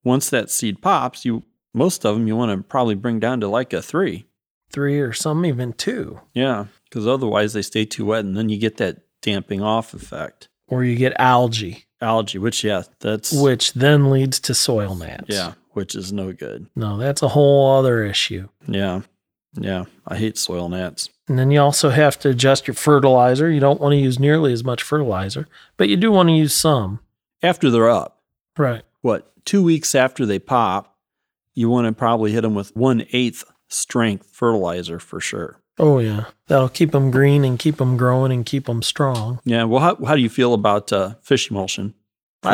Speaker 1: once that seed pops, you most of them you want to probably bring down to like a three.
Speaker 2: three or some even two.
Speaker 1: Yeah, because otherwise they stay too wet, and then you get that damping off effect,
Speaker 2: Or you get algae,
Speaker 1: algae. Which yeah, that's
Speaker 2: which then leads to soil gnats.
Speaker 1: yeah, which is no good.
Speaker 2: No, that's a whole other issue.
Speaker 1: Yeah, yeah, I hate soil gnats.
Speaker 2: And then you also have to adjust your fertilizer. You don't want to use nearly as much fertilizer, but you do want to use some.
Speaker 1: After they're up,
Speaker 2: Right.
Speaker 1: what two weeks after they pop, you want to probably hit them with one eighth strength fertilizer for sure.
Speaker 2: Oh, yeah. That'll keep them green and keep them growing and keep them strong.
Speaker 1: Yeah. Well, how, how do you feel about uh, fish emulsion?
Speaker 2: I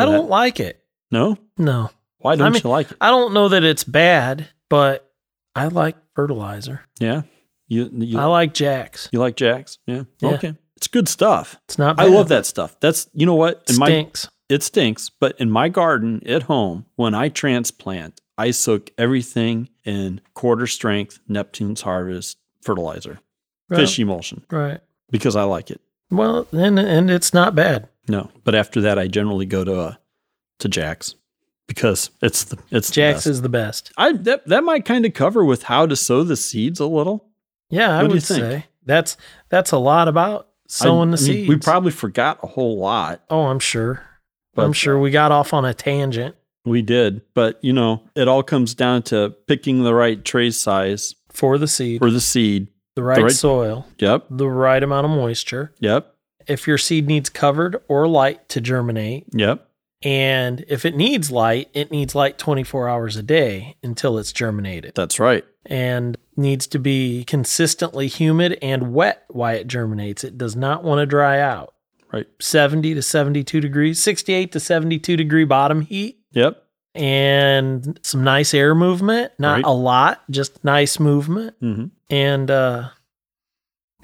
Speaker 1: For that-
Speaker 2: don't like it.
Speaker 1: No.
Speaker 2: No.
Speaker 1: Why don't
Speaker 2: mean-
Speaker 1: you like it?
Speaker 2: I don't know that it's bad, but I like fertilizer.
Speaker 1: Yeah. You you,
Speaker 2: I like Jack's.
Speaker 1: you like Jack's? Yeah.
Speaker 2: Uh, Yeah.
Speaker 1: Okay. It's good stuff.
Speaker 2: It's not
Speaker 1: I
Speaker 2: bad.
Speaker 1: love that stuff. That's you know what?
Speaker 2: It
Speaker 1: In my
Speaker 2: stinks.
Speaker 1: it stinks, but in my garden at home, when I transplant, I soak everything in quarter strength Neptune's harvest fertilizer,
Speaker 2: Right.
Speaker 1: fish emulsion,
Speaker 2: Right.
Speaker 1: because I like it.
Speaker 2: Well, and and it's not bad.
Speaker 1: No, but after that, I generally go to uh, to Jack's because it's the it's
Speaker 2: Jax
Speaker 1: The best.
Speaker 2: is the best.
Speaker 1: I that that might kind of cover with how to sow the seeds a little.
Speaker 2: Yeah, I
Speaker 1: What do you
Speaker 2: would
Speaker 1: think?
Speaker 2: say that's that's a lot about sowing
Speaker 1: I- I
Speaker 2: the
Speaker 1: mean,
Speaker 2: seeds.
Speaker 1: We probably forgot a whole lot.
Speaker 2: oh, I'm sure.
Speaker 1: But
Speaker 2: I'm sure we got off on a tangent.
Speaker 1: we did, but you know, it all comes down to picking the right tray size
Speaker 2: for the seed,
Speaker 1: for the seed.
Speaker 2: the, right
Speaker 1: the right-
Speaker 2: soil,
Speaker 1: Yep,
Speaker 2: the right amount of moisture.
Speaker 1: yep,
Speaker 2: If your seed needs covered or light to germinate,
Speaker 1: yep,
Speaker 2: and if it needs light, it needs light 24 hours a day until it's germinated
Speaker 1: that's right.
Speaker 2: and needs to be consistently humid and wet while it germinates. It does not want to dry out.
Speaker 1: Right.
Speaker 2: 70 to 72 degrees, 68 to 72 degree bottom heat.
Speaker 1: Yep,
Speaker 2: And some nice air movement, not
Speaker 1: Right.
Speaker 2: a lot, just nice movement.
Speaker 1: hmm
Speaker 2: and uh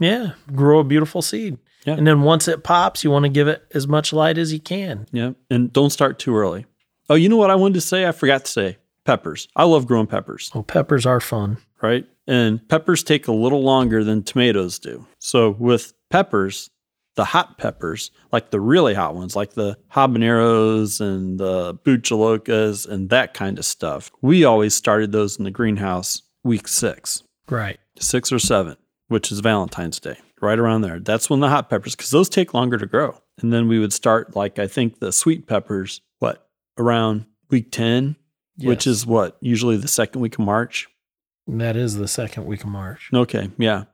Speaker 2: yeah grow a beautiful seed
Speaker 1: Yeah.
Speaker 2: and then once it pops you want to give it as much light as you can
Speaker 1: yep, and don't start too early. Oh, you know what I wanted to say? I forgot to say peppers. I love growing peppers.
Speaker 2: oh peppers are fun
Speaker 1: right? And peppers take a little longer than tomatoes do. So with peppers, the hot peppers, like the really hot ones, like the habaneros and the buchalocas and that kind of stuff, we always started those in the greenhouse week six,
Speaker 2: right
Speaker 1: six or seven, which is Valentine's Day, right around there. That's when the hot peppers, because those take longer to grow. And then we would start, like, I think the sweet peppers, what, around week 10, which
Speaker 2: Yes.
Speaker 1: is what, usually the second week of March.
Speaker 2: that is the second week of march
Speaker 1: Okay, yeah,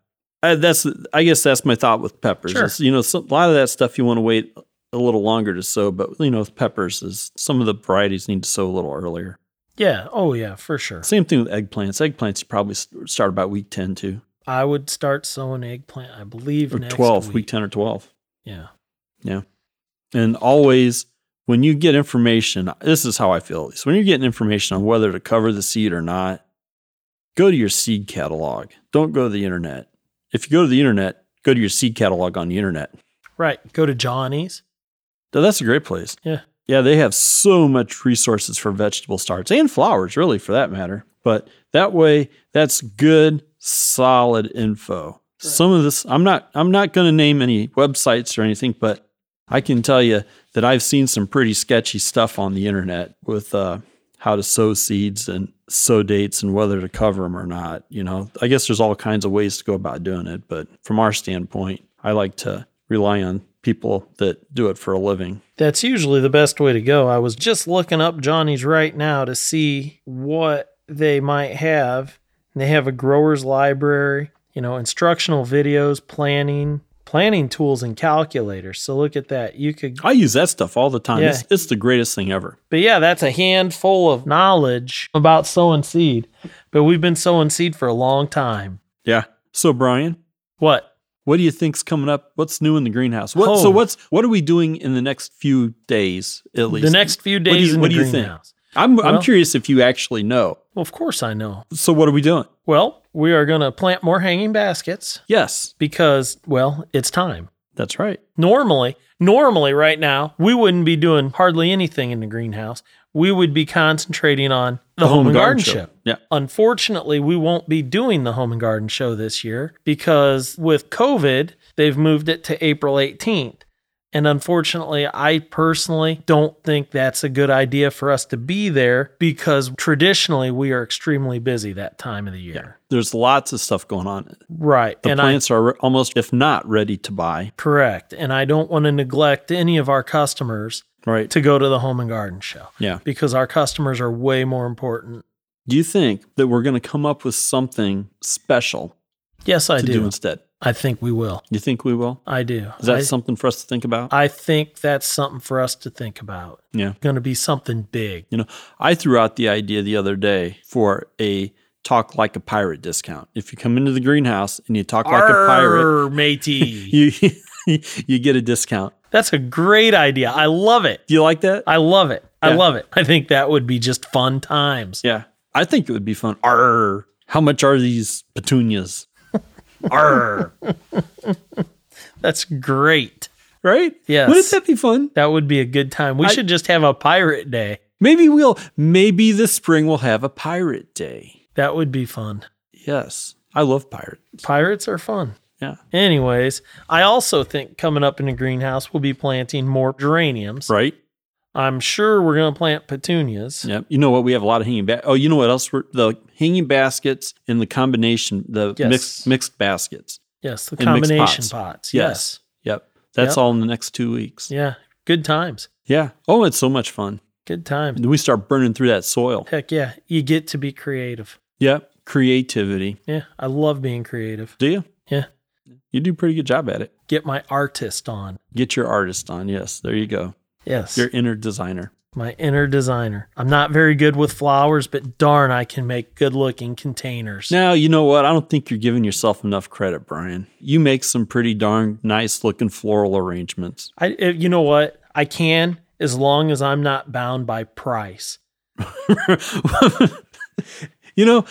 Speaker 1: I, that's I guess that's my thought with peppers.
Speaker 2: Sure.
Speaker 1: It's, you know, some, a lot of that stuff you want to wait a little longer to sow, but you know, with peppers is some of the varieties need to sow a little earlier.
Speaker 2: yeah oh yeah for sure
Speaker 1: Same thing with eggplants. Eggplants you probably s- start about week ten too,
Speaker 2: i would start sowing eggplant i believe
Speaker 1: or
Speaker 2: next
Speaker 1: twelve,
Speaker 2: week.
Speaker 1: week ten or twelve,
Speaker 2: yeah
Speaker 1: and always. When you get information, this is how I feel. At least. When you're getting information on whether to cover the seed or not, go to your seed catalog. Don't go to the internet. If you go to the internet, go to your seed catalog on the internet.
Speaker 2: right go to johnny's
Speaker 1: Now, that's a great place.
Speaker 2: Yeah.
Speaker 1: Yeah, they have so much resources for vegetable starts and flowers, really, for that matter. But that way, that's good, solid info. Some of this, I'm not, I'm not going to name any websites or anything, but I can tell you that I've seen some pretty sketchy stuff on the internet with uh, how to sow seeds and sow dates and whether to cover them or not. You know, I guess there's all kinds of ways to go about doing it, but from our standpoint, I like to rely on people that do it for a living.
Speaker 2: that's usually the best way to go i was just looking up johnny's right now to see what they might have And they have a growers library you know instructional videos planning planning tools and calculators so look at that you could
Speaker 1: I use that stuff all the time.
Speaker 2: Yeah.
Speaker 1: It's, it's the greatest thing ever.
Speaker 2: but yeah that's a handful of knowledge about sowing seed but we've been sowing seed for a long time
Speaker 1: Yeah. So Brian,
Speaker 2: what
Speaker 1: what do you think's coming up? What's new in the greenhouse? What,
Speaker 2: Oh.
Speaker 1: So what's what are we doing in the next few days at least?
Speaker 2: the next few
Speaker 1: do
Speaker 2: days
Speaker 1: you-
Speaker 2: in
Speaker 1: what
Speaker 2: the
Speaker 1: do you think?
Speaker 2: greenhouse
Speaker 1: I'm
Speaker 2: well-
Speaker 1: I'm curious if you actually know.
Speaker 2: well of course i know
Speaker 1: So what are we doing?
Speaker 2: well we are going to plant more hanging baskets
Speaker 1: Yes,
Speaker 2: because well it's time
Speaker 1: that's right.
Speaker 2: Normally, normally right now, we wouldn't be doing hardly anything in the greenhouse. We would be concentrating on the, home, and garden, show.
Speaker 1: Yeah.
Speaker 2: Unfortunately, we won't be doing the home and garden show this year because with COVID, they've moved it to April 18th. And unfortunately, I personally don't think that's a good idea for us to be there because traditionally we are extremely busy that time of the year.
Speaker 1: There's lots of stuff going on.
Speaker 2: Right.
Speaker 1: The
Speaker 2: and I
Speaker 1: plants are almost, if not ready to buy.
Speaker 2: correct. And I don't want to neglect any of our customers
Speaker 1: Right.
Speaker 2: to go to the home and garden show
Speaker 1: Yeah.
Speaker 2: because our customers are way more important.
Speaker 1: Do you think that we're going to come up with something special
Speaker 2: Yes, I
Speaker 1: to do
Speaker 2: do.
Speaker 1: instead?
Speaker 2: I think we will.
Speaker 1: You think we will?
Speaker 2: I do.
Speaker 1: Is that
Speaker 2: I,
Speaker 1: something for us to think about?
Speaker 2: I think that's something for us to think about.
Speaker 1: Yeah.
Speaker 2: Going to be something big.
Speaker 1: You know, I threw out the idea the other day for a talk like a pirate discount. If you come into the greenhouse and you talk like a pirate,
Speaker 2: Arr, matey.
Speaker 1: you you get a discount.
Speaker 2: that's a great idea. I love it.
Speaker 1: Do you like that?
Speaker 2: I love it. I
Speaker 1: Yeah.
Speaker 2: love it. I think that would be just fun times.
Speaker 1: Yeah. I think it would be fun. Arr. How much are these petunias? Arr.
Speaker 2: That's great.
Speaker 1: Right?
Speaker 2: Yes.
Speaker 1: Wouldn't that be fun?
Speaker 2: That would be a good time. We
Speaker 1: I-
Speaker 2: should just have a pirate day.
Speaker 1: Maybe we'll maybe this spring we'll have a pirate day.
Speaker 2: That would be fun.
Speaker 1: Yes. I love pirates.
Speaker 2: Pirates are fun.
Speaker 1: Yeah.
Speaker 2: Anyways, I also think coming up in the greenhouse, we'll be planting more geraniums.
Speaker 1: Right?
Speaker 2: I'm sure we're going to plant petunias.
Speaker 1: Yeah. You know what? We have a lot of hanging baskets. Oh, you know what else? We're, the hanging baskets and the combination, the
Speaker 2: Yes.
Speaker 1: mixed mixed baskets.
Speaker 2: Yes, the
Speaker 1: And mixed
Speaker 2: combination
Speaker 1: pots.
Speaker 2: pots.
Speaker 1: Yes. Yep. That's
Speaker 2: Yep.
Speaker 1: all in the next two weeks.
Speaker 2: yes. Yeah. Good times.
Speaker 1: Yeah. Oh, it's so much fun.
Speaker 2: Good times.
Speaker 1: We start burning through that soil.
Speaker 2: Heck yeah. You get to be creative.
Speaker 1: Yep. Creativity.
Speaker 2: Yeah. I love being creative.
Speaker 1: Do you?
Speaker 2: Yeah.
Speaker 1: You do a pretty good job at it.
Speaker 2: Get my artist on.
Speaker 1: Get your artist on. Yes. There you go.
Speaker 2: Yes.
Speaker 1: Your inner designer.
Speaker 2: my inner designer. I'm not very good with flowers, but darn, I can make good looking containers.
Speaker 1: Now, you know what? I don't think you're giving yourself enough credit, Brian. You make some pretty darn nice looking floral arrangements.
Speaker 2: I, eh, you know what? I can as long as I'm not bound by price.
Speaker 1: you know,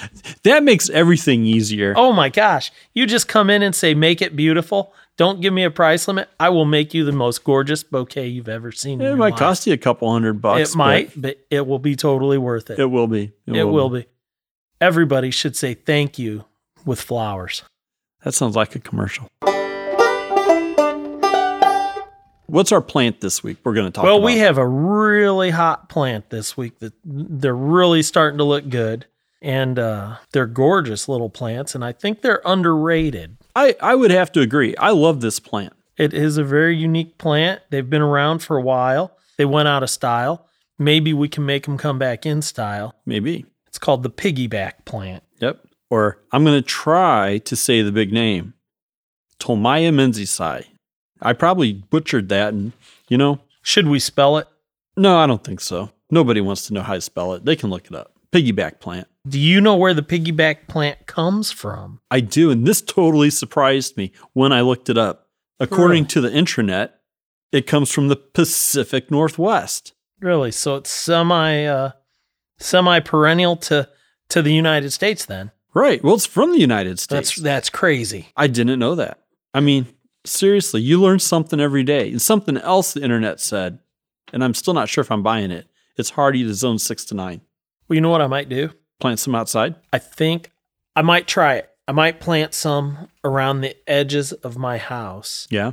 Speaker 1: that makes everything easier.
Speaker 2: Oh my gosh. You just come in and say, make it beautiful. Don't give me a price limit. I will make you the most gorgeous bouquet you've ever seen. in
Speaker 1: it
Speaker 2: your
Speaker 1: might
Speaker 2: life.
Speaker 1: cost you a couple hundred bucks.
Speaker 2: It might, but it will be totally worth it.
Speaker 1: but It will be.
Speaker 2: It will be. Everybody should say thank you with flowers.
Speaker 1: That sounds like a commercial. What's our plant this week? We're going to talk.
Speaker 2: well,
Speaker 1: about?
Speaker 2: we have a really hot plant this week that they're really starting to look good. And uh, they're gorgeous little plants, and I think they're underrated.
Speaker 1: I I would have to agree. I love this plant.
Speaker 2: It is a very unique plant. They've been around for a while. They went out of style. Maybe we can make them come back in style.
Speaker 1: Maybe.
Speaker 2: It's called the piggyback plant.
Speaker 1: Yep. Or I'm going to try to say the big name, Tolmaya menziesii. I probably butchered that, and you know,
Speaker 2: Should we spell it?
Speaker 1: no, I don't think so. Nobody wants to know how to spell it. They can look it up. Piggyback plant.
Speaker 2: Do you know where the piggyback plant comes from?
Speaker 1: I do, and this totally surprised me when I looked it up. According to the intranet, it comes from the Pacific Northwest.
Speaker 2: Really? So it's semi uh, semi perennial to to the United States then.
Speaker 1: Right. Well, it's from the United States.
Speaker 2: That's that's crazy.
Speaker 1: I didn't know that. I mean, seriously, you learn something every day. And something else the internet said, and I'm still not sure if I'm buying it. It's hardy to zone six to nine.
Speaker 2: Well, you know what I might do?
Speaker 1: Plant some outside.
Speaker 2: I think I might try it. I might plant some around the edges of my house
Speaker 1: Yeah,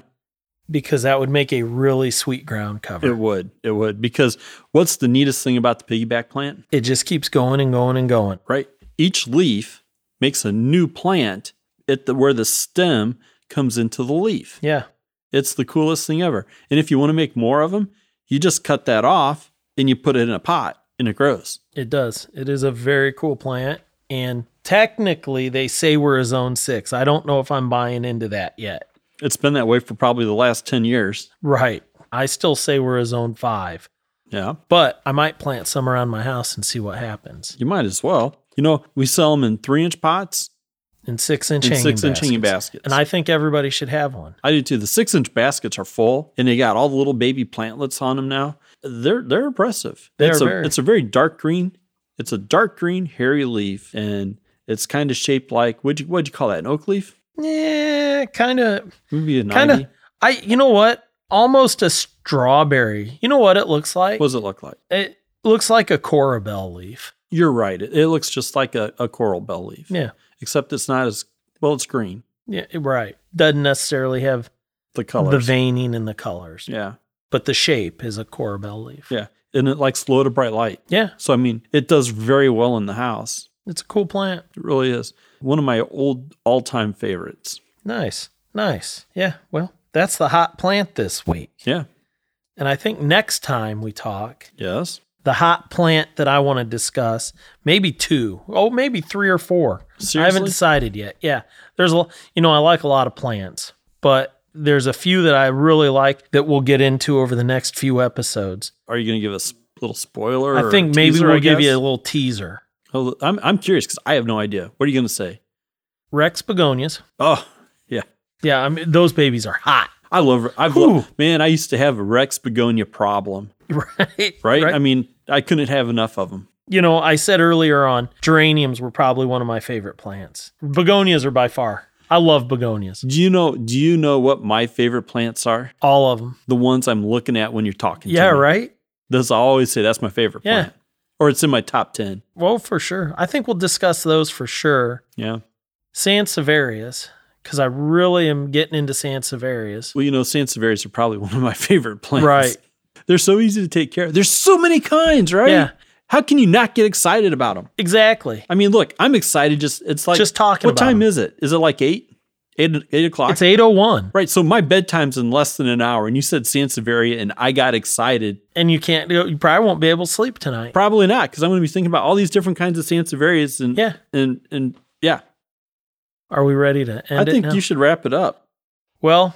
Speaker 2: because that would make a really sweet ground cover.
Speaker 1: it would. It would. Because what's the neatest thing about the piggyback plant?
Speaker 2: it just keeps going and going and going.
Speaker 1: right? Each leaf makes a new plant at the, where the stem comes into the leaf.
Speaker 2: Yeah.
Speaker 1: It's the coolest thing ever. And if you want to make more of them, you just cut that off and you put it in a pot and it grows.
Speaker 2: It does. It is a very cool plant. And technically, they say we're a zone six. I don't know if I'm buying into that yet.
Speaker 1: It's been that way for probably the last 10 years.
Speaker 2: Right. I still say we're a zone five,
Speaker 1: Yeah,
Speaker 2: but I might plant some around my house and see what happens.
Speaker 1: you might as well. You know, we sell them in three inch pots
Speaker 2: And six inch
Speaker 1: and
Speaker 2: hanging
Speaker 1: six inch
Speaker 2: baskets.
Speaker 1: hanging baskets.
Speaker 2: And I think everybody should have one.
Speaker 1: I do too. The six inch baskets are full, and they got all the little baby plantlets on them now. They're they're impressive.
Speaker 2: They
Speaker 1: it's
Speaker 2: are
Speaker 1: a
Speaker 2: very.
Speaker 1: it's a very dark green. It's a dark green hairy leaf, and it's kind of shaped like would you what'd you call that an oak leaf?
Speaker 2: Yeah, kind of
Speaker 1: Maybe an
Speaker 2: Kinda.
Speaker 1: ivy.
Speaker 2: I you know what? Almost a strawberry. You know what it looks like?
Speaker 1: What does it look like?
Speaker 2: it looks like a corabel leaf.
Speaker 1: You're right. It, it looks just like a, a coral bell leaf.
Speaker 2: Yeah.
Speaker 1: Except it's not as well. It's green.
Speaker 2: Yeah, right. Doesn't necessarily have
Speaker 1: The colors.
Speaker 2: the veining and the colors,
Speaker 1: Yeah.
Speaker 2: but the shape is a corabel leaf.
Speaker 1: Yeah. And it likes low to bright light.
Speaker 2: Yeah,
Speaker 1: So I mean, it does very well in the house.
Speaker 2: it's a cool plant.
Speaker 1: It really is one of my old all time favorites.
Speaker 2: Nice, nice. Yeah, well, that's the hot plant this week.
Speaker 1: Yeah.
Speaker 2: And I think next time we talk,
Speaker 1: Yes.
Speaker 2: the hot plant that I want to discuss, maybe two, oh, maybe three or four. I
Speaker 1: Seriously?
Speaker 2: haven't decided yet. Yeah, there's a, you know, I like a lot of plants, but there's a few that I really like that we'll get into over the next few episodes.
Speaker 1: Are you going to give us a little spoiler? or
Speaker 2: I think maybe
Speaker 1: teaser, I
Speaker 2: we'll give you a
Speaker 1: guess?
Speaker 2: little teaser.
Speaker 1: Hold- I'm I'm curious because I have no idea. What are you going to say?
Speaker 2: Rex begonias.
Speaker 1: Oh yeah,
Speaker 2: Yeah, I mean those babies are hot,
Speaker 1: I love. I've lo- man. I used to have a Rex begonia problem.
Speaker 2: right?
Speaker 1: Right? I mean, I couldn't have enough of them.
Speaker 2: you know, I said earlier on, geraniums were probably one of my favorite plants. Begonias are by far. I love begonias,
Speaker 1: Do you know? Do you know what my favorite plants are?
Speaker 2: all of them.
Speaker 1: The ones I'm looking at when you're talking.
Speaker 2: Yeah,
Speaker 1: to me.
Speaker 2: right.
Speaker 1: This I always say that's my favorite
Speaker 2: Yeah.
Speaker 1: plant, or it's in my top ten.
Speaker 2: Well, for sure. I think we'll discuss those for sure.
Speaker 1: Yeah.
Speaker 2: Sansevierias, because I really am getting into Sansevierias.
Speaker 1: Well, you know, Sansevieras are probably one of my favorite plants.
Speaker 2: Right.
Speaker 1: They're so easy to take care of. There's so many kinds, right?
Speaker 2: Yeah.
Speaker 1: How can you not get excited about them?
Speaker 2: Exactly.
Speaker 1: I mean, look, I'm excited. Just it's like
Speaker 2: Just talking
Speaker 1: What
Speaker 2: about
Speaker 1: time
Speaker 2: 'em.
Speaker 1: is it? Is it like eight, eight, eight o'clock?
Speaker 2: It's 801
Speaker 1: right. So my bedtime's in less than an hour, and you said Sansevieria, and I got excited.
Speaker 2: and you can't you probably won't be able to sleep tonight.
Speaker 1: Probably not, because I'm going to be thinking about all these different kinds of Sansevierias, and
Speaker 2: Yeah.
Speaker 1: and and yeah,
Speaker 2: Are we ready to end
Speaker 1: I think
Speaker 2: it now?
Speaker 1: you should wrap it up.
Speaker 2: well,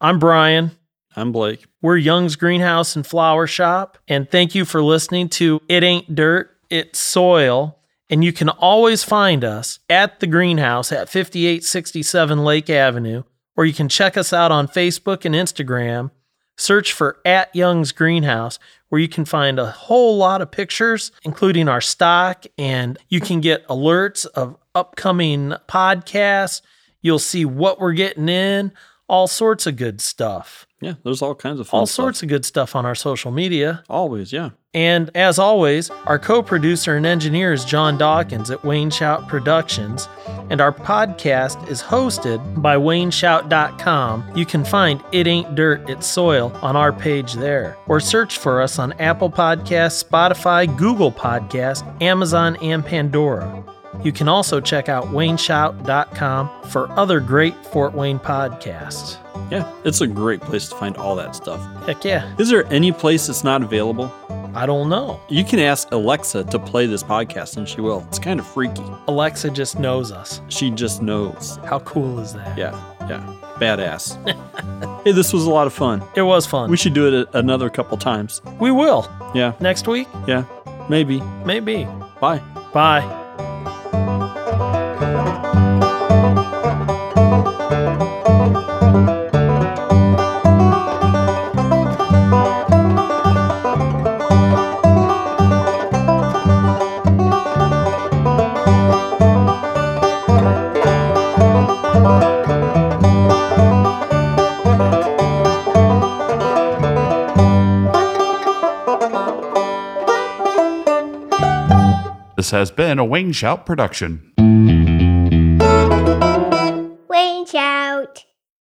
Speaker 2: I'm Brian.
Speaker 1: I'm Blake.
Speaker 2: We're Young's Greenhouse and Flower Shop. And thank you for listening to It Ain't Dirt, It's Soil. And you can always find us at the greenhouse at 5867 Lake Avenue, or you can check us out on Facebook and Instagram. Search for at Young's Greenhouse, where you can find a whole lot of pictures, including our stock, and you can get alerts of upcoming podcasts. You'll see what we're getting in, all sorts of good stuff
Speaker 1: Yeah, there's all kinds of fun
Speaker 2: all
Speaker 1: stuff.
Speaker 2: sorts of good stuff on our social media.
Speaker 1: Always, yeah.
Speaker 2: And as always, our co producer and engineer is John Dawkins at Wayne Shout Productions, and our podcast is hosted by WayneShout.com. You can find It Ain't Dirt, It's Soil on our page there, or search for us on Apple Podcasts, Spotify, Google Podcasts, Amazon, and Pandora. You can also check out WayneShout.com for other great Fort Wayne podcasts.
Speaker 1: Yeah, it's a great place to find all that stuff.
Speaker 2: Heck yeah,
Speaker 1: Is there any place that's not available?
Speaker 2: I don't know.
Speaker 1: You can ask Alexa to play this podcast and she will. It's kind of freaky.
Speaker 2: Alexa just knows us.
Speaker 1: She just knows.
Speaker 2: How cool is that?
Speaker 1: Yeah, yeah. Badass. hey, this was a lot of fun.
Speaker 2: It was fun.
Speaker 1: We
Speaker 2: We,
Speaker 1: should do it a- another couple times.
Speaker 2: will.
Speaker 1: Yeah,
Speaker 2: Next week?
Speaker 1: yeah. Maybe.
Speaker 2: Maybe.
Speaker 1: Bye.
Speaker 2: Bye.
Speaker 3: This has been a Wayne Shout production.
Speaker 4: Wayne Shout.